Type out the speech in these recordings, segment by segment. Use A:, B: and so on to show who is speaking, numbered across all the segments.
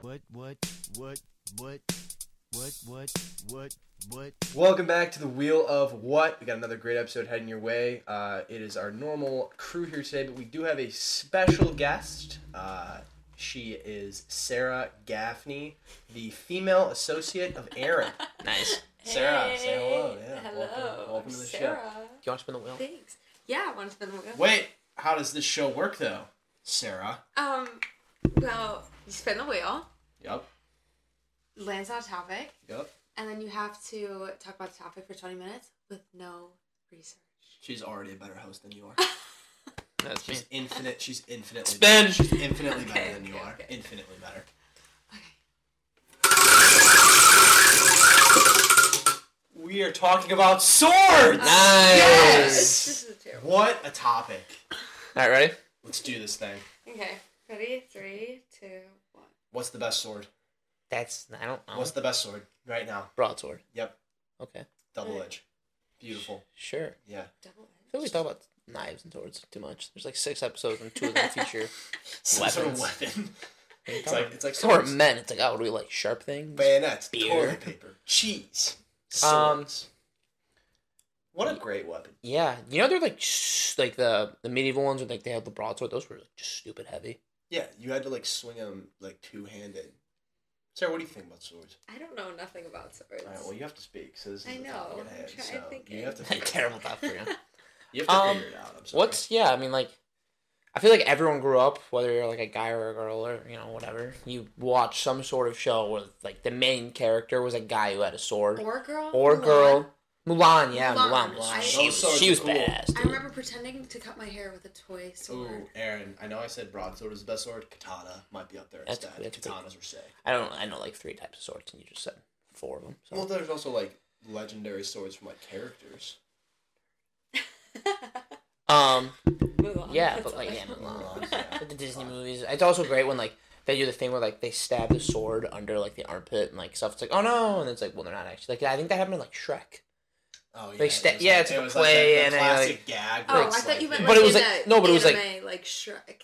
A: What, what, what, what, what, what, what, what?
B: Welcome back to the Wheel of What. We got another great episode heading your way. Uh, it is our normal crew here today, but we do have a special guest. Uh, she is Sarah Gaffney, the female associate of Aaron.
C: Nice.
B: Sarah,
D: hey,
B: say hello. Yeah,
D: hello.
B: welcome- welcome to the show.
D: Uh, Sarah.
C: You want to spin the wheel?
D: Thanks. Yeah, I want to spin the wheel.
B: Wait, how does this show work though, Sarah?
D: Um, well, you spin the wheel,
B: Yep,
D: lands on a topic,
B: yep.
D: and then you have to talk about the topic for 20 minutes with no research.
B: She's already a better host than you are.
C: That's me.
B: She's infinite. She's infinitely.
C: Spin!
B: Better. She's infinitely better
D: Okay,
B: than you
D: okay,
B: are.
D: okay.
B: Infinitely better.
D: Okay.
B: We are talking about swords. Yes!
D: This is the two.
B: What a topic.
C: All right, ready?
B: Let's do this thing.
D: Okay. Ready? Three, two, one.
B: What's the best sword?
C: That's I don't know.
B: What's the best sword right now?
C: broadsword?
B: Yep,
C: Okay,
B: double edge. Beautiful.
C: sure.
B: Yeah.
D: Double
C: I feel we talk about knives and swords too much. There's like six episodes and two of them feature.
B: Some sort of
C: Weapons.
B: weapon.
C: It's
B: like- it's like
C: sort
B: swords.
C: men. It's like oh, do we like sharp things?
B: Bayonets.
C: Beer.
B: Toilet paper. Cheese.
C: Um,
B: Swords. what a great weapon.
C: Yeah, you know they're like s like the the medieval ones where like they have the broadsword. Those were like, just stupid heavy.
B: Yeah, you had to like swing them like two handed. Sarah, what do you think about swords?
D: I don't know nothing about swords.
B: All right, well, you have to speak. So this is
D: I
B: the
D: know,
B: top of
D: I'm
B: head,
D: trying-
B: so
D: thinking.
B: you have to. Figure,
C: Terrible thought for you.
B: you have to
C: Um,
B: figure it out. I'm sorry.
C: What's yeah? I mean, like, I feel like everyone grew up, whether you're like a guy or a girl or you know whatever. You watch some sort of show where like the main character was a guy who had a sword
D: Or girl.
C: or
D: Mulan.
C: girl. Mulan, yeah,
D: Mulan.
C: Mulan. was-
D: I-
C: she,
B: Those
C: was,
B: swords
C: she
B: are
C: was
B: cool.
C: badass.
D: I
C: dude.
D: remember pretending to cut my hair with a toy sword.
B: Ooh, Aaron, I know I said broadsword is the best sword. Katana might be up there
C: That's-
B: instead.
C: that's pretty-
B: Katanas were sick.
C: I don't. I know like three types of swords, and you just said four of them. So
B: Well, there's also like legendary swords from like characters.
C: um,
D: Mulan.
C: yeah,
D: That's
C: but like
D: all I-
C: yeah, Mulan.
B: Mulan, yeah.
C: But the Disney movies. It's also great when like they do the thing where like they stab the sword under like the armpit and like stuff. It's like oh no, and it's like well they're not actually like I think that happened in like Shrek.
B: Oh yeah,
C: They
B: it
C: sta-
B: was
C: yeah, it's
B: it
C: like a
B: was
C: play
B: that-
C: and
B: that
C: a,
B: classic
C: like-
B: gag. where
D: Oh,
B: it's
D: I thought you meant
C: But
D: like
C: it was
D: in
C: like-
D: the
C: no, but it was like-
D: anime, like Shrek,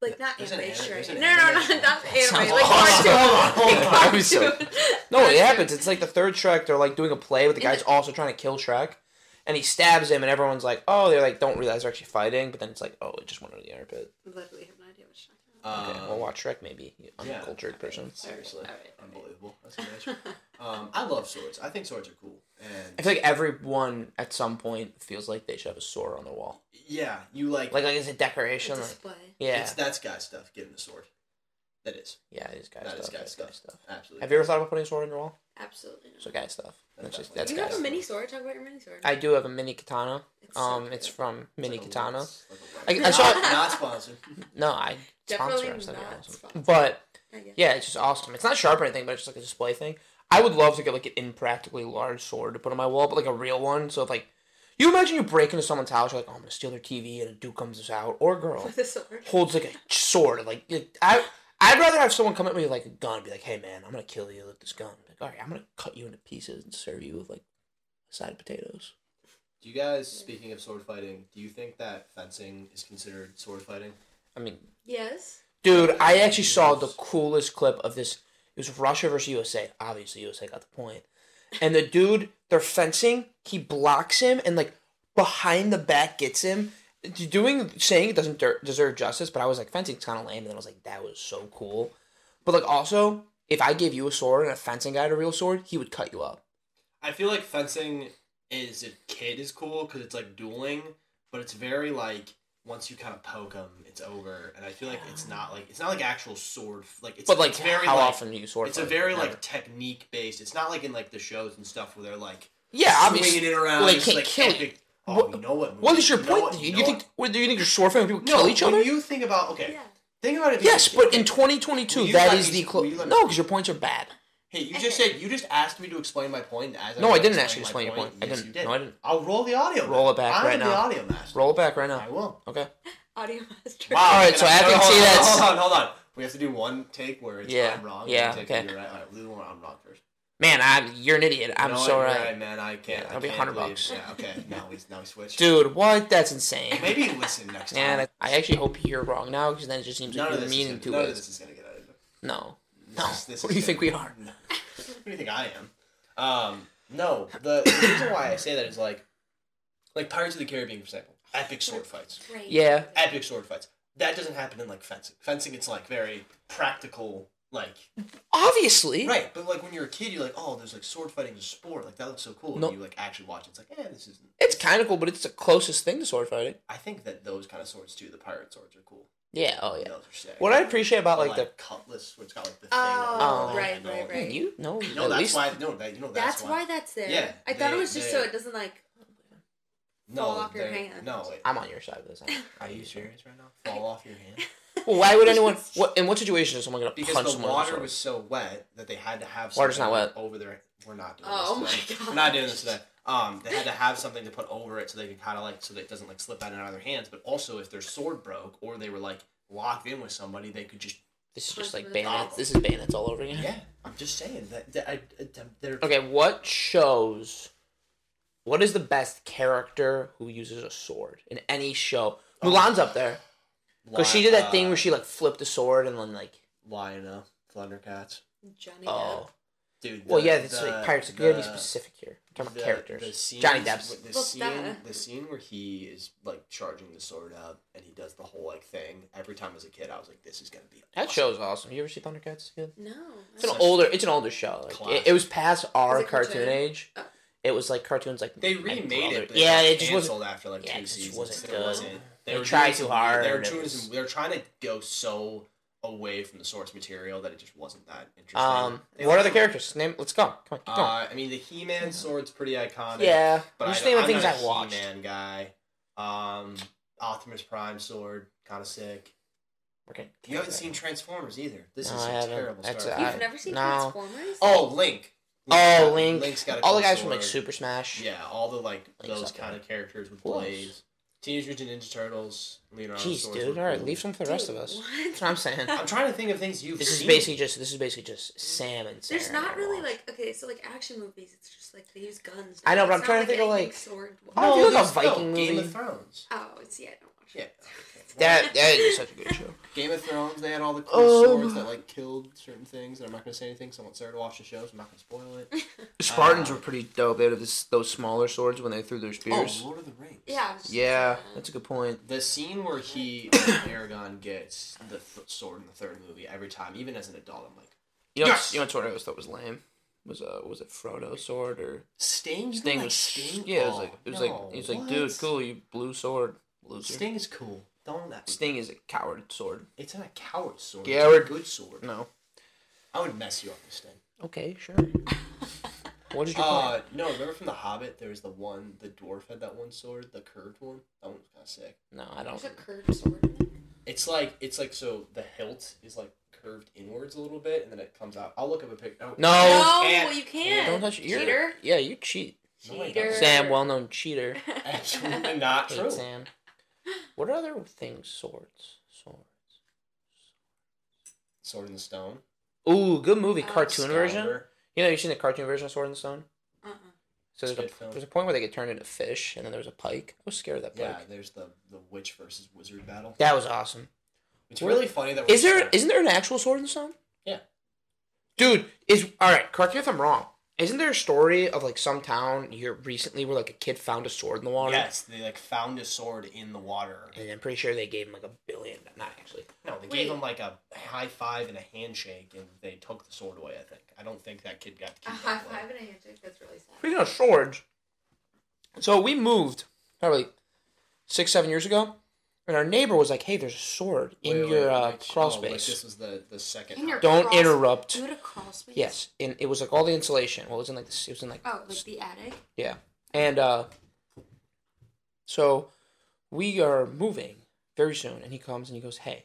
D: like not
B: There's
D: anime
B: an anime- there's
D: Shrek.
B: an
D: No, no, no,
B: anime Shrek.
D: not anime.
C: sounds
D: Like
C: awesome.
D: cartoon.
B: Hold on, hold on.
C: That'd be so-
D: Cartoon.
C: No, it
D: Cartoon.
C: happens. It's like the third Shrek. They're like doing a play, but the
D: Yeah.
C: guy's also trying to kill Shrek, and he stabs him, and everyone's like, "Oh!" They're like, "Don't realize they're actually fighting," but then it's like, "Oh, it just went under the armpit."
D: Literally have no idea what Shrek.
C: Okay,
B: Um,
C: well, watch Shrek, maybe you
B: yeah.
C: uncultured person.
B: Seriously,
D: All right, all right.
B: unbelievable. That's amazing.
C: Oh,
B: um, I love swords. I think swords are cool.
C: I
B: And
C: feel like everyone at some point feels like they should have a sword on their wall,
B: yeah, you like,
C: like like it's a
D: is.
C: decoration.
D: A
C: Like,
D: display.
C: yeah,
B: it's that's guy stuff. Getting a sword, that is
C: yeah, it is guy
B: that
C: stuff.
B: is guy
C: that's guy
B: stuff. Absolutely.
C: Have you ever thought about putting a sword on your wall?
D: Absolutely.
C: So guy stuff. That's just
B: That's
C: that's
D: you
C: guy.
D: have a
C: Stuff.
D: mini sword. Talk about your mini sword.
C: I do have a mini katana.
D: It's so
C: Um,
D: good.
C: it's from Mini
B: It's like a
C: Katana.
B: little- it's like a
C: I- I
B: weapon.
C: saw
B: not,
C: it-
B: not sponsored.
C: No, I
D: Definitely
C: sponsor. us, that'd be
D: not
C: awesome.
D: sponsored.
C: But
D: I guess.
C: Yeah, it's just awesome. It's not sharp or anything, but it's just like a display thing. I would love to get like an impractically large sword to put on my wall, but like a real one. So if like you imagine you break into someone's house, you're like, oh, I'm gonna steal their TV, and a dude comes out or a girl
D: With a sword.
C: holds like a sword. Like, like, I, I'd rather have someone come at me with like a gun, and be like, hey man, I'm gonna kill you with this gun. Like, all right, I'm gonna cut you into pieces and serve you with like a side of potatoes.
B: Do you guys, speaking of sword fighting, do you think that fencing is considered sword fighting?
C: I mean,
D: Yes.
C: Dude, I actually saw the coolest clip of this. It was Russia versus USA. Obviously, USA got the point. And the dude, they're fencing. He blocks him and like behind the back gets him. Doing saying it doesn't der- deserve justice, but I was like fencing's kind of lame. And then I was like, that was so cool. But like also, if I gave you a sword and a fencing guy had a real sword, he would cut you up.
B: I feel like fencing as a kid is cool because it's like dueling, but it's very like once you kind of poke them, it's over. And I feel like it's not like it's not like actual sword f- like it's
C: But like,
B: it's very
C: how
B: like,
C: often do you sword?
B: It's a
C: fight?
B: very
C: Never.
B: like technique based. It's not like in like the shows and stuff where they're like
C: yeah, obviously.
B: swinging it around.
C: Well, they
B: it's,
C: can't
B: like,
C: kill you.
B: epic. Oh,
C: What-
B: you know what?
C: What
B: movie-
C: is your
B: you know
C: point?
B: what-
C: you,
B: know
C: you
B: what-
C: think? what, Do you think your sword fighting people kill
B: No,
C: each other?
B: When you think about okay,
D: Yeah.
B: think about it.
C: Yes, but in
B: differently.
C: 2022,
B: you
C: that
B: let
C: is
B: me-
C: the clo-
B: will you let me-
C: no, because your points are bad.
B: Hey, you just said you just asked me to explain my point. As
C: No,
B: was
C: I
B: explaining
C: didn't actually
B: my
C: explain your point. I
B: Yes,
C: didn't.
B: you did.
C: No, I didn't.
B: I'll roll the audio.
C: Roll it back
B: I'm
C: right
B: the
C: now.
B: audio master.
C: Roll it back right
B: I
C: now.
B: will.
C: Okay.
D: Audio master.
C: All right, so
B: and
C: I
B: no,
C: can
B: no,
C: see
B: hold on,
C: that's-
B: Hold on, hold on. We have to do one take where it's
C: Yeah,
B: I'm wrong.
C: yeah,
B: one take where
C: okay.
B: You're right. All right, we do one I'm wrong first.
C: Man, I'm you're an idiot. I'm
B: No,
C: so
B: you're
C: right.
B: man. I can't.
C: Yeah,
B: I
C: that'll be
B: can't
C: 100
B: believe-
C: bucks.
B: Yeah, okay. Now we now we switch.
C: dude. What? That's insane.
B: maybe listen next time.
C: Man, I I actually hope you're wrong now because then it just seems
B: none
C: like
B: of
C: you're
B: this is
C: meaning
B: gonna,
C: to
B: none of
C: it.
B: this is gonna get edited.
C: No,
B: This is- this
C: Who
B: is
C: do you
B: good.
C: think we are?
B: Who do you think I am? Um, no, the, the reason why I say that is like, like Pirates of the Caribbean, for example, epic sword fights,
D: Great.
C: Yeah.
B: epic sword fights. That doesn't happen in like fencing. Fencing, it's like very practical, like
C: Obviously.
B: right. But like when you're a kid, you're like, oh, there's like sword fighting as a sport. Like that looks so cool.
C: No.
B: And you like actually watch. It. It's like, eh, this isn't.
C: It's kind of cool, but it's the closest thing to sword fighting.
B: I think that those kind of swords too. The pirate swords are cool.
C: Yeah. Oh yeah.
B: Those are sick.
C: What I appreciate about
B: But,
C: like the
B: cutlass, where it's got like the thing.
D: Oh,
B: on the
D: right,
B: handle.
D: right, right.
C: Man, you know
B: No,
C: at
B: that's
C: least
B: why. No, that you know
D: That's why that's there.
B: Yeah,
D: I thought
B: they-
D: it was just
B: they-
D: so it doesn't like.
B: no,
D: fall off your
B: they're-
D: hand.
B: No, it,
C: I'm on your side of this.
B: Are you serious right now? Fall off your hand?
C: Well, why would anyone? What in what situation is someone gonna
B: Because
C: punch
B: the
C: someone?
B: water
C: with a
B: was so wet that they had to have
C: Water's
B: something
C: not wet.
B: over their. We're not doing
D: Oh
B: this.
D: my
B: today.
D: god.
B: We're not doing this today. Um, they had to have something to put over it so they could kind of like so that it doesn't like slip out and out of their hands. But also, if their sword broke or they were like locked in with somebody, they could just
C: sword? This is just
D: Punch
C: like
D: with a
C: bayonets.
B: bottle.
C: This is bayonets all over again.
B: yeah. I'm just saying that, that I, I- they're
C: Okay, what shows? What is the best character who uses a sword in any show?
B: Oh,
C: Mulan's up there because she did that thing where she like flipped a sword and then like
B: uh, Lionel Thundercats
D: Johnny Depp.
C: oh
B: dude.
C: well
B: the-
C: yeah that's
B: the-
C: like Pirates of the Caribbean
B: the-
C: specific here. I'm talking
B: the-
C: about characters.
B: the scenes-
C: Johnny Depp's
B: The
D: Well,
B: scene,
D: that-
B: the scene where he is like charging the sword up and he does the whole like thing. Every time as a kid, I was like, "This is gonna be
C: that show's awesome. You ever see Thundercats? again?
D: No.
C: It's an
B: Such
C: older. It's an older show. Like, it, it was past our
D: Is it cartoon?
C: cartoon age.
D: Oh.
C: It was like cartoons like
B: They
C: My
B: remade
C: Brother-
B: it. But
C: yeah,
B: got
C: it just wasn't.
B: canceled after like
C: yeah,
B: two
C: it just
B: seasons.
C: wasn't
B: There
C: good. They
B: were
C: tried
B: doing
C: too
B: some-
C: hard
B: They were
C: and it
B: doing
C: was-
B: some, They were trying to go so away from the source material that it just wasn't that interesting.
C: Um,
B: They
C: what
B: like-
C: are the characters? Name. Let's go. Come on. Keep going.
B: Uh, I mean, the He-Man sword's pretty iconic.
C: yeah.
B: But
C: I'm just
B: I,
C: naming
B: I'm
C: things
B: not
C: I
B: a
C: watched.
B: He-Man guy. Um, Optimus Prime sword, kind of sick.
C: Okay.
B: You haven't seen Transformers either. This
C: No,
B: is
C: I
B: a
C: haven't.
B: terrible
C: That's
B: start.
C: a- I-
D: You've never seen
C: no.
D: Transformers?
B: Oh, Link.
C: Oh, Link.
B: Link's got a
C: All
B: cool
C: the guys from like
B: sword.
C: Super Smash.
B: Yeah, all the like
C: Link's
B: those
C: not
B: kind of characters with
C: Who else?
B: blades. Teenage Mutant Ninja Turtles. Leonardo
C: Jeez,
B: swords
C: dude.
B: were
C: All right,
B: cool.
C: leave some for the rest of
D: Dude,
C: us. That's
D: What?
C: what I'm saying.
B: I'm trying to think of things you've
C: This is
B: seen.
C: basically just. This is basically just Sam and Sam.
D: There's not really like okay, so like action movies, it's just like they use guns.
C: I know,
D: now.
C: but I'm
D: It's
C: trying
D: not
C: to think of,
D: anything
C: like- Oh,
D: sword.
C: I feel like a
B: Oh, there's-
C: Viking
B: Game
C: movie.
B: of Thrones.
D: Oh, see, I don't watch.
B: Yeah.
D: it.
C: that. That is such a good show.
B: Game of Thrones, they had all the cool
C: Um.
B: swords that like killed certain things, and I'm not gonna say anything. So I want Sarah to watch the show, so I'm not gonna spoil it.
C: Spartans
B: Uh,
C: were pretty dope. They had this, those smaller swords when they threw their spears.
B: Oh, Lord of the Rings.
D: Yeah. I was just
C: yeah,
D: saying that.
C: that's a good point.
B: The scene where he Aragon gets the th- sword in the third movie every time, even as an adult, I'm like,
C: You know,
B: Yes!
C: you know what sword I always thought was lame? Was uh was it Frodo's sword or
B: Sting? You
C: Sting
B: don't like
C: was
B: Sting?
C: Yeah, it was
B: Oh,
C: like it was
B: no,
C: like he's like,
B: what?
C: dude, cool, you blue sword. Loser. Sting,
B: Sting is cool. Don't that.
C: is a coward sword.
B: It's not a coward sword.
C: Yeah,
B: it's
C: we're-
B: a good sword.
C: No.
B: I would mess you up with Sting.
C: Okay, sure. what did you
B: Uh, no, remember from The Hobbit, there was the one, the dwarf had that one sword, the curved one. That one was kind of sick.
C: No, I don't.
D: uh, There's a curved sword. in it.
B: It's like it's like so the hilt is like curved inwards a little bit, and then it comes out. I'll look up a picture. Oh,
C: No.
D: No,
B: can't.
D: you can't.
C: Don't touch your
D: Cheater.
C: Yeah, you cheat.
B: No, I don't.
D: Cheater.
C: Sam, well known cheater.
B: Absolutely not
C: Hate
B: true.
C: Sam. What are other things? Swords. Swords.
B: Sword in the Stone.
C: Ooh, good movie.
D: Uh,
C: Cartoon version.
B: Excalibur.
C: You know, you've seen the cartoon version of Sword in the Stone?
D: Uh-uh.
C: So there's
B: It's a good
C: a,
B: film.
C: there's a point where they get turned into fish, and then there was a pike. I was scared of that pike.
B: Yeah, there's the the witch versus wizard battle.
C: That was awesome.
B: It's really funny that.
C: Is there isn't there an actual sword in the stone?
B: Yeah.
C: Dude, is all right. Correct me if I'm wrong. Isn't there a story of like some town here recently where like a kid found a sword in the water?
B: Yes, they like found a sword in the water.
C: And I'm pretty sure they gave him like a billion. Not actually.
B: No, they
D: Wait.
B: gave him like a high five and a handshake, and they took the sword away. I think. I don't think that kid got to
D: A
B: keep
D: high
B: that blade.
D: five and a handshake. That's really sad.
C: Speaking of swords, so we moved probably six seven years ago, and our neighbor was like, "Hey, there's a sword in
B: Wait, wait,
C: your
B: wait,
C: uh,
B: wait,
C: crawl
B: oh, wait,
C: space."
B: this was the the second.
D: In your
B: house.
C: Don't
D: cross-
C: interrupt.
D: You had a crawl space.
C: Yes, and it was like all the insulation. Well, it was in like this. It was in like
D: Oh, like the attic.
C: Yeah. And uh so we are moving very soon and he comes and he goes, Hey.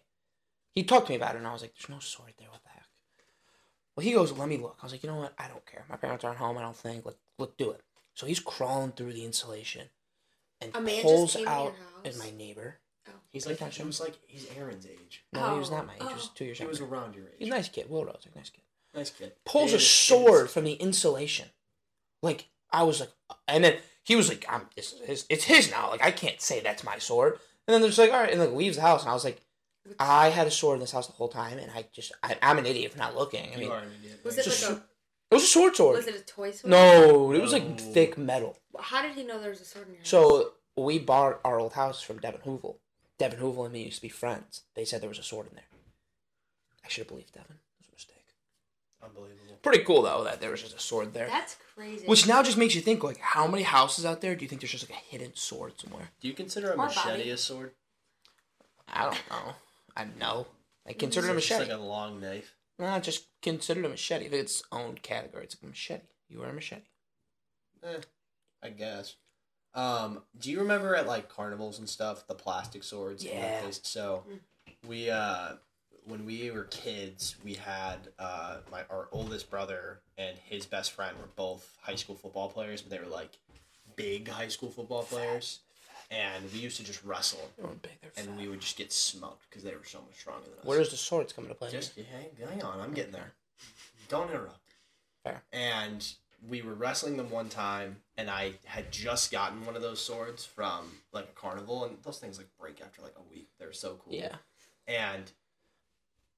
C: He talked to me about it and I was like, There's no sword there, what the heck? Well he goes, Let me look. I was like, you know what? I don't care. My parents aren't home, I don't think. Like, look, do it. So he's crawling through the insulation and
D: A man just
C: pulls
D: came to your
C: out
D: house?
C: and my neighbor.
D: Oh.
B: He's like he was like he's Aaron's age.
C: No, he was not my age, he was
D: Oh.
C: two years
B: He was
C: younger.
B: around your age.
C: He's a nice kid, Will Rose, like nice kid.
B: Nice kid.
C: pulls a
B: It is- it is-
C: sword from the insulation. Like I was like, and then he was like, "I'm this is his, it's his now. Like I can't say that's my sword." And then they're just like, "All right," and like leaves the house. And I was like, I had a sword in this house the whole time, and I just I, I'm an idiot for not looking. I mean,
B: you
C: it
B: are an idiot.
D: Was
B: Right?
D: it
C: It's
D: like
C: a
D: a
C: was a sword sword.
D: was it a toy sword?
C: no, it was like
B: No.
C: thick metal.
D: How did he know there was a sword in your house?
C: So we bought our old house from Devin Hoovel. Devin Hoovel and me used to be friends. They said there was a sword in there. I should have believed Devin. It was a mistake.
B: Unbelievable.
C: Pretty cool though that there was just a sword there.
D: that's crazy.
C: Which now just makes you think like how many houses out there do you think there's just like a hidden sword somewhere?
B: Do you consider a
D: Or
B: machete
D: Bobby.
B: a sword?
C: I don't know. I know. I consider it a
B: It's just
C: machete.
B: like a long knife.
C: Nah, just consider it a machete. If it's own category, it's a machete. You are a machete.
B: Eh, I guess. Um, do you remember at like carnivals and stuff the plastic swords? and
C: Yeah.
B: things? So we uh, when we were kids, we had uh, my our oldest brother and his best friend were both high school football players, but they were like big high school football players, and we used to just wrestle.
C: They weren't big. They're
B: And
C: fat.
B: we would just get smoked because they were so much stronger than us.
C: Where does the swords come into play? here?
B: Just hang, hang on, I'm getting there. Don't interrupt.
C: Fair.
B: And we were wrestling them one time, and I had just gotten one of those swords from like a carnival, and those things like break after like a week. They're so cool.
C: yeah.
B: And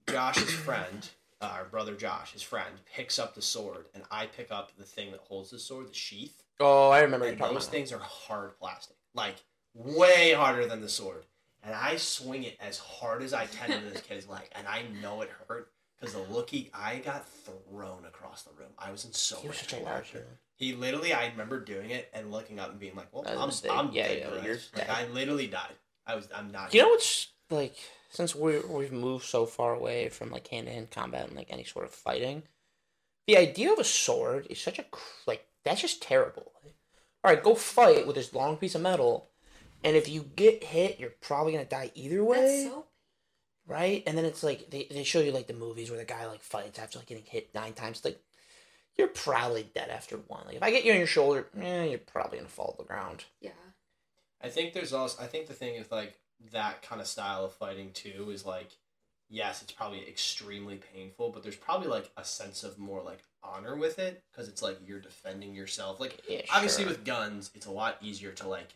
B: Josh's friend, uh, our brother Josh, his friend, picks up the sword, and I pick up the thing that holds the sword, the sheath.
C: Oh, I remember you
B: And
C: talking
B: those
C: about.
B: things are hard plastic, like way harder than the sword. And I swing it as hard as I can into this kid's leg, and I know it hurt because the look he, I got thrown across the room. I was in so
C: You're
B: much
C: such a
B: pain
C: large
B: after.
C: man.
B: He literally, I remember doing it and looking up and being like, "Well,
C: That was a
B: I'm,
C: mistake.
B: I'm
C: Yeah,
B: dead,
C: yeah,
B: bro.
C: you're
B: like,
C: dead.
B: I literally died. I was, I'm not.
C: You know
B: here.
C: what's like since we we've moved so far away from like hand to hand combat and like any sort of fighting, the idea of a sword is such a cr- like that's just terrible. All right, go fight with this long piece of metal, and if you get hit, you're probably gonna die either way,
D: that's so
C: right? And then it's like they, they show you like the movies where the guy like fights after like getting hit nine times. Like you're probably dead after one. Like if I get you on your shoulder, eh, you're probably gonna fall to the ground.
D: yeah.
B: I think there's also I think the thing is like that kind of style of fighting too is like yes, it's probably extremely painful, but there's probably like a sense of more like honor with it because it's like you're defending yourself. Like
C: Yeah,
B: obviously
C: sure.
B: with guns, it's a lot easier to like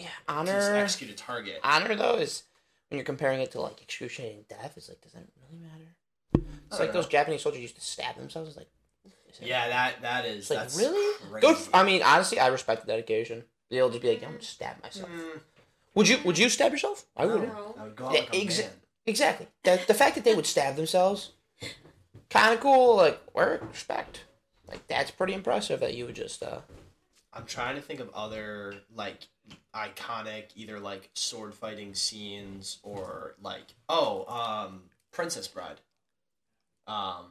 C: yeah,
B: to
C: honor.
B: execute a target.
C: honor though is when you're comparing it to like excruciating death, it's like does that really matter? It's
B: I
C: like
B: don't
C: those Japanese soldiers used to stab themselves. Like is it-
B: Uh, yeah, that that is
C: it's like
B: that's
C: really
B: crazy.
C: good. f- I mean, honestly, I respect the dedication. They'll just be like, yeah, I'm gonna stab myself.
B: Mm,
C: Would you? Would you stab yourself? I
B: no,
C: wouldn't.
D: No.
B: I would go out
C: Yeah,
B: like a
C: exa-
B: man.
C: Exactly. The, the fact that they would stab themselves, kind of cool. Like where respect. Like that's pretty impressive that you would just. uh
B: I'm trying to think of other like iconic either like sword fighting scenes or like oh um Princess Bride. Um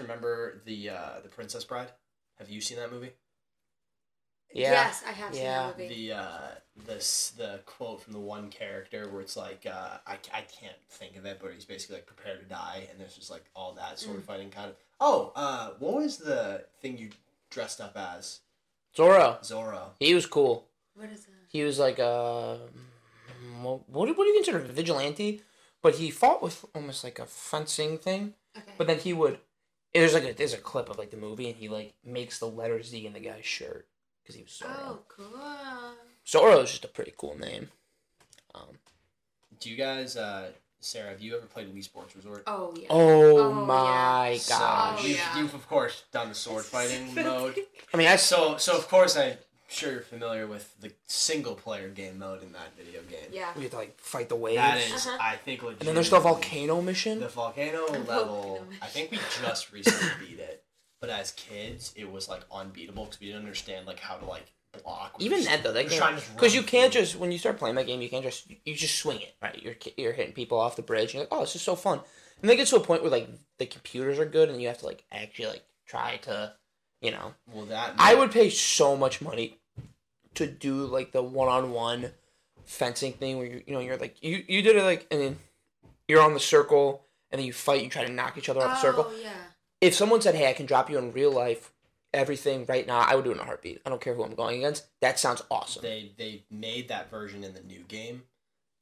B: Remember the uh the Princess Bride? Have you seen that movie?
C: Yeah.
D: Yes, I have seen
C: Yeah.
D: that movie.
B: The uh this the quote from the one character where it's like uh I, I can't think of it, but he's basically like prepared to die and there's just like all that
D: Mm.
B: sword fighting kind of Oh, uh what was the thing you dressed up as?
C: Zorro,
B: Zorro.
C: he was cool.
D: what is that?
C: He was like a what? What do you consider a vigilante? But he fought with almost like a fencing thing.
D: Okay.
C: But then he would. There's like a, there's a clip of like the movie, and he like makes the letter Z in the guy's shirt because he was Zorro.
D: oh, cool.
C: Zorro is just a pretty cool name. Um,
B: Do you guys, uh, Sarah, have you ever played Wii Sports Resort?
D: Oh yeah.
C: oh,
D: Oh,
C: my
B: So,
C: gosh!
D: Oh,
B: you've,
D: yeah.
B: you've of course done the sword fighting mode.
C: I mean, I saw.
B: So, so of course, I'm sure you're familiar with the single player game mode in that video game.
D: Yeah.
C: We had to like fight the waves,
B: That is,
D: Uh-huh.
B: I think, legit.
C: and then there's the volcano mission.
B: The volcano
D: The
B: level.
D: volcano.
B: I think we just recently beat it, but as kids, it was like unbeatable because we didn't understand like how to like block. We
C: Even
B: just-
C: that though,
B: we
C: that
B: were
C: game,
B: trying to just
C: because
B: run
C: you can't
B: through.
C: just when you start playing that game, you can't just you just swing it, right? You're ki- you're hitting people off the bridge. And you're like, oh, this is so fun. And they get to a point where like the computers are good, and you have to like actually like try to, you know,
B: Well, that
C: I would pay so much money to do like the one on one fencing thing where you you know you're like you you did it like and then you're on the circle and then you fight you try to knock each other off the circle.
D: Oh yeah.
C: If someone said, "Hey, I can drop you in real life, everything right now," I would do it in a heartbeat. I don't care who I'm going against. That sounds awesome.
B: they they made that version in the new game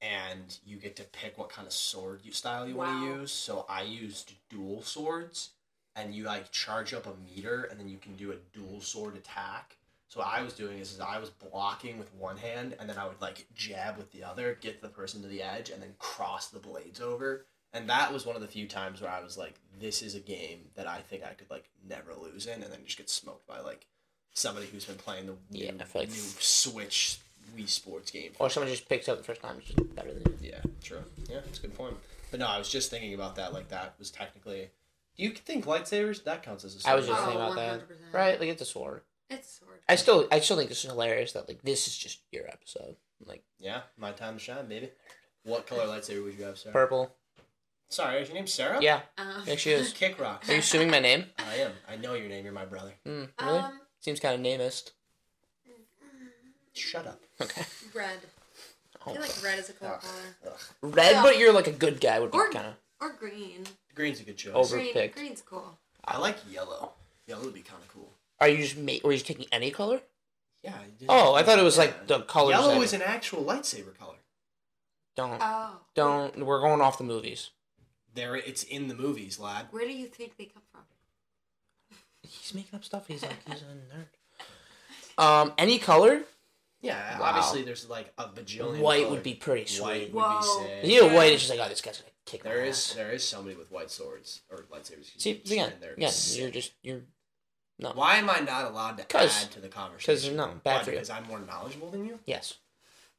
B: and you get to pick what kind of sword you style you want
D: Wow.
B: to use so i used dual swords and you like charge up a meter and then you can do a dual sword attack So what I was doing is, is I was blocking with one hand, and then I would like jab with the other, get the person to the edge, and then cross the blades over. And that was one of the few times where I was like, "This is a game that I think I could like never lose in," and then just get smoked by like somebody who's been playing the
C: Yeah,
B: new,
C: I feel like-
B: new Switch Wii Sports game.
C: Or someone just picks up the first time, it's just better than you.
B: Yeah, true. Yeah, it's a good point. But no, I was just thinking about that. Like that was technically. Do you think lightsabers that counts as a?
C: I was
B: sword?
C: just
D: Oh,
C: thinking about that.
D: 100%.
C: Right? Like it's a sword.
D: It's sword.
C: I still I still think this is hilarious that like this is just your episode. Like
B: Yeah, my time to shine, baby. What color lightsaber would you have, Sarah?
C: purple.
B: Sorry, is your name Sarah?
C: Yeah.
D: Um,
C: Yeah, she is.
B: Kick rocks.
C: Are you assuming my name?
B: I am. I know your name. You're my brother.
C: Mm, really?
D: Um,
C: Seems kind of namist.
B: Shut up.
C: Okay.
D: red. I
C: Oh.
D: feel like red is a cool
B: Ugh.
D: color.
B: Ugh.
C: Red,
D: Yeah.
C: but you're like a good guy would be
D: Or-
C: kind of.
D: Or green.
B: Green's a good choice.
C: Over-
D: Green.
C: picked.
D: Green's cool.
B: I like yellow. Yellow would be kind of cool.
C: Are you just ma- or you just taking any color?
B: Yeah. you
C: Oh, I
B: just-
C: thought it was
B: yeah.
C: like the colors.
B: Yellow
C: that-
B: is an actual lightsaber color.
C: Don't
D: Oh.
C: don't. We're going off the movies.
B: There, it's in the movies, lad.
D: Where do you think they come from?
C: He's making up stuff. He's like he's a nerd. Um, any color?
B: Yeah.
C: Wow.
B: Obviously, there's like a bajillion.
C: White
B: color.
C: would be pretty
B: White
C: sweet.
B: would be
D: Whoa.
B: sick.
C: If you had white, it's just like oh, this guy's gonna kick. my
B: There is
C: ass.
B: there is somebody with white swords or lightsabers. excuse
C: See
B: me,
C: again,
B: and they're
C: again.
B: sick.
C: You're just you're no.
B: Why am I not allowed to
C: 'Cause-
B: add to the conversation?
C: Because no bad
B: Why?
C: for you.
B: Because I'm more knowledgeable than you.
C: Yes.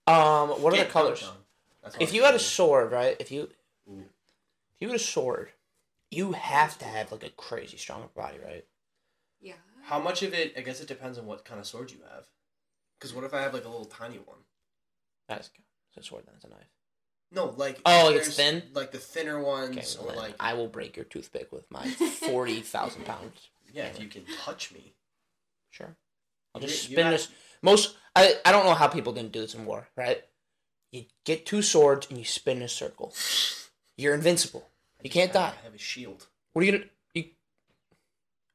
C: Um, what are
B: Get
C: the colors?
B: dunked on. That's all
C: If
B: I'm
C: you had a
B: saying.
C: sword, right? If you
B: Ooh.
C: if you had a sword, you have to have like a crazy strong body, right?
D: Yeah.
B: how much of it? I guess it depends on what kind of sword you have. Because what if I have like a little tiny one?
C: That's it's a sword, then it's a knife.
B: No, like
C: Oh, like
B: there's,
C: it's thin?
B: Like the thinner ones,
C: Okay, well,
B: or
C: then
B: like
C: I will break your toothpick with my forty thousand pounds.
B: yeah, if you can touch me.
C: Sure. I'll
B: You-
C: just
B: you
C: spin
B: have-
C: this. Most I I don't know how people didn't do this in war, right? You get two swords and you spin in a circle. You're invincible. You can't
B: I
C: die.
B: have a shield.
C: What are you gonna? You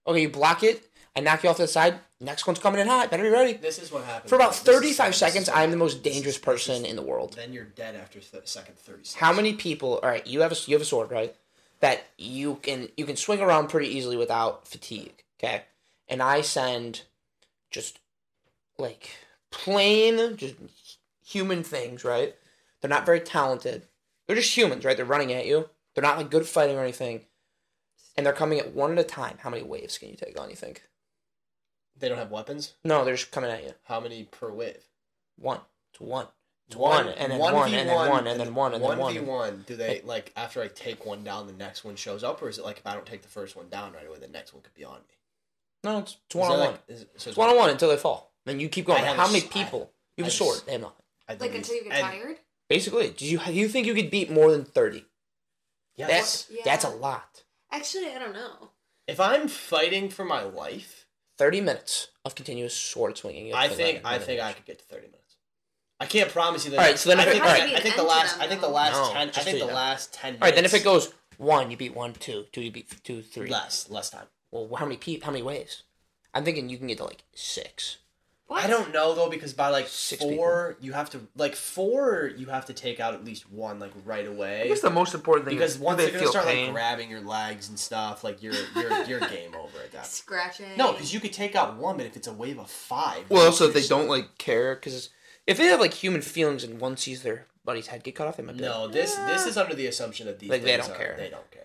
C: okay? You block it. I knock you off to the side. Next one's coming in hot. Better be ready.
B: This is what happens
C: For about
B: This is-
C: thirty-five
B: this is
C: seconds,
B: what
C: I'm the most
B: happens. This
C: dangerous
B: is-
C: person
B: this
C: in the
B: is-
C: world.
B: Then you're dead after th- second thirty seconds.
C: How many people? All right, you have a you have a sword, right? That you can you can swing around pretty easily without fatigue. Okay, and I send just like plain just human things, right? They're not very talented. They're just humans, right? They're running at you. They're not like good at fighting or anything. And they're coming at one at a time. How many waves can you take on? You think?
B: They don't have weapons.
C: No, they're just coming at you.
B: How many per wave?
C: One. It's one. It's one, and then one, and then one, and then one, and then
B: v
C: one.
B: one. Do they like after I take one down, the next one shows up, or is it like if I don't take the first one down right away, the next one could be on me?
C: No, it's, it's
B: Is
C: one on
B: that,
C: one.
B: like- is- so
C: It's one on one until they fall. Then you keep going.
B: I have
C: How
B: a
C: many
B: s- I-
C: people? you
B: I
C: have a
B: just-
C: sword. They have nothing.
B: I
D: Like
B: believe-
D: until you get
B: and-
D: tired?
C: Basically, do you do you think you could beat more than thirty?
B: Yes.
C: That's
D: Yeah.
C: that's a lot.
D: Actually, I don't know.
B: if I'm fighting for my life,
C: Thirty minutes of continuous sword swinging. You have
B: I
C: to
B: think
C: about
B: I
C: it.
B: think I could get to thirty minutes. I can't promise you that.
C: All right, so then
B: I
C: if it-
B: think,
C: all
B: I-
C: right.
B: I think the last. I think the last
C: No,
B: ten. I
C: just
B: think
C: do
B: the
C: that.
B: last ten.
C: All right, then if it
B: minutes-
C: goes one, you beat one, two, two, you beat two, three.
B: less, less time.
C: Well, how many pe- how many ways? I'm thinking you can get to like six.
D: What?
B: I don't know though because by like
C: Six
B: four, you have to like four. You have to take out at least one like right away.
C: the most important thing
B: because once they're gonna start like grabbing your legs and stuff, like you're you're you're game over at that.
D: Scratching.
B: No, because you could take out one, but if it's a wave of five,
C: well, also
B: you're
C: if they
B: just-
C: don't like care, because if they have like human feelings and one sees their buddy's head get cut off, they might be like,
B: No, this this is under the assumption that these
C: Like, they
B: things
C: don't
B: are-
C: care.
B: They don't care.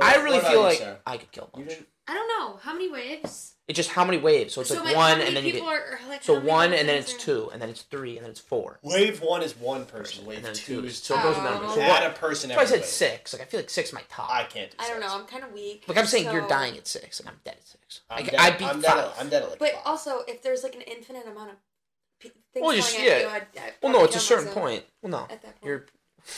C: I
B: What
C: really
B: about
C: feel
B: you,
C: like
B: Sarah?
C: I could kill a
B: You
C: bunch.
B: didn't-
D: I don't know. How many waves?
C: It's just how many waves. So it's like
D: my- how
C: one,
D: many
C: and then you
D: people
C: get
D: are- are, like,
C: so
D: how many
C: one,
D: waves
C: and then
D: are
C: it's
D: there?
C: two, and then it's three, and then it's four,
B: Wave one is one person. Wave
C: and then
B: two is
C: So it goes in that
D: Oh.
C: order.
D: Add
C: So
B: add
C: what?
B: a person.
C: That's why I
B: Every
C: said
B: wave.
C: six. Like I feel like six might top.
B: I can't. Do
D: I don't
B: six.
D: know. I'm kind of weak.
C: like I'm saying, you're
D: so-
C: dying at six. Like I'm dead at six.
B: I'm
C: Like,
B: dead-
C: I beat
B: I'm dead
C: five.
B: at- I'm dead at like
D: But
B: five.
D: also, if there's like an infinite amount of p- things
C: Well, just-
D: going at
C: yeah.
D: you, I'd, I'd
C: well, no,
D: probably
C: it's a
D: kill
C: certain
D: myself.
C: point. Well, no,
D: at that point.
C: you're.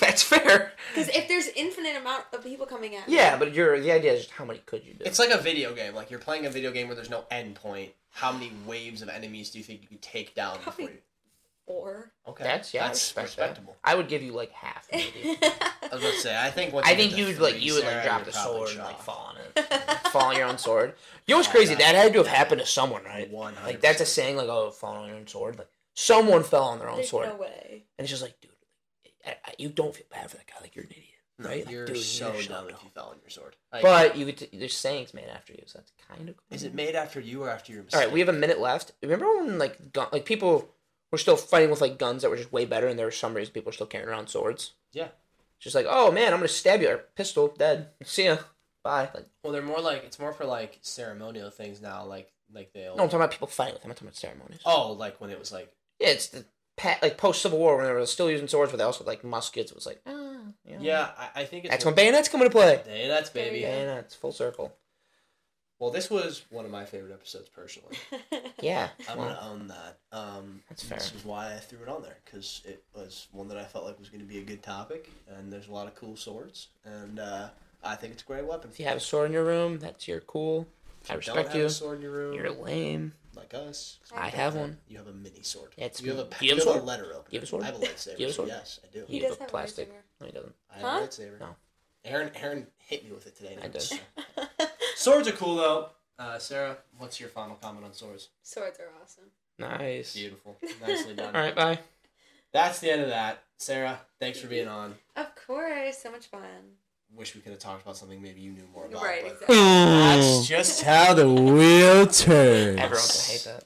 C: That's fair.
D: Because if there's infinite amount of people coming at
C: Yeah, but you're the idea is just how many could you do?
B: It's like a video game. Like you're playing a video game where there's no end point. How many waves of enemies do you think you could take down before
D: Probably-
B: you?
D: or
B: Okay,
C: that's yeah, I
B: that's
C: respect that.
B: respectable.
C: I would give you like half. Maybe.
B: I was about to say. I think. Once
C: I
B: you get
C: think
B: to
C: you would like
B: three,
C: you would like
B: Sarah,
C: drop
B: you're
C: the
B: probably
C: sword and like
B: shot.
C: fall on it, fall on your own sword. You know what's crazy?
B: God.
C: That had to have happened to someone, right?
B: 100%.
C: Like that's a saying, like oh, fall on your own sword. Like someone fell on their own
D: there's
C: sword,
D: no way.
C: and it's just like, dude, I, I, you don't feel bad for that guy. Like you're an idiot.
B: No,
C: Right? Like,
B: you're
C: dude, you
B: so
C: should
B: dumb
C: know.
B: if you fell on your sword. Like,
C: But you get to, there's sayings made after you, so that's kind of cool.
B: is it made after you or after your mistake?
C: All right, we have a minute left. Remember when like gun, like people were still fighting with like guns that were just way better, and there were some reason people were still carrying around swords.
B: Yeah.
C: Just like, oh man, I'm gonna stab you. Or pistol, dead. See ya. Bye. Like,
B: Well, they're more like it's more for like ceremonial things now, like like they'll.
C: no, I'm talking about people fighting with them. I'm talking about ceremonies.
B: Oh, like when it was like
C: Yeah, it's the pat like post Civil War when they were still using swords, but they also had, like muskets. It was like, ah, you know.
B: yeah, I, I think it's
C: That's when bayonets come into play.
B: bayonets, baby.
D: Yeah.
C: Bayonets, full circle.
B: Well, this was one of my favorite episodes personally.
C: Yeah.
B: I'm
C: well,
B: gonna own that. Um,
C: That's fair.
B: This is why I threw it on there because it was one that I felt like was going to be a good topic, and there's a lot of cool swords, and uh, I think it's a great weapon.
C: if you have a sword in your room, that's your cool. I
B: Don't
C: respect
B: have
C: you.
B: a sword in your room,
C: You're lame.
B: like us.
C: I have one.
B: You have a mini sword.
C: Yeah, it's-
B: you have a,
C: do you have a
B: you have
C: sword?
B: letter opener.
C: Do you have a sword?
B: I have a lightsaber.
C: Do you have a sword?
B: Yes, I do.
D: He
C: You have
D: does
C: a
D: have a
C: plastic.
D: lightsaber.
C: No, he doesn't.
B: I have a
D: Huh?
B: lightsaber.
C: No.
B: Aaron, Aaron hit me with it today.
C: I did.
B: So- Swords are cool though. Uh, Sarah, what's your final comment on swords?
D: Swords are awesome.
C: Nice.
B: Beautiful, nicely done.
C: All right, bye.
B: That's the end of that. Sarah, thanks for being on.
D: Of course, so much fun.
B: Wish we could have talked about something maybe you knew more about.
D: Right,
B: but-
D: exactly.
B: That's just how the wheel turns.
C: Everyone's gonna hate that.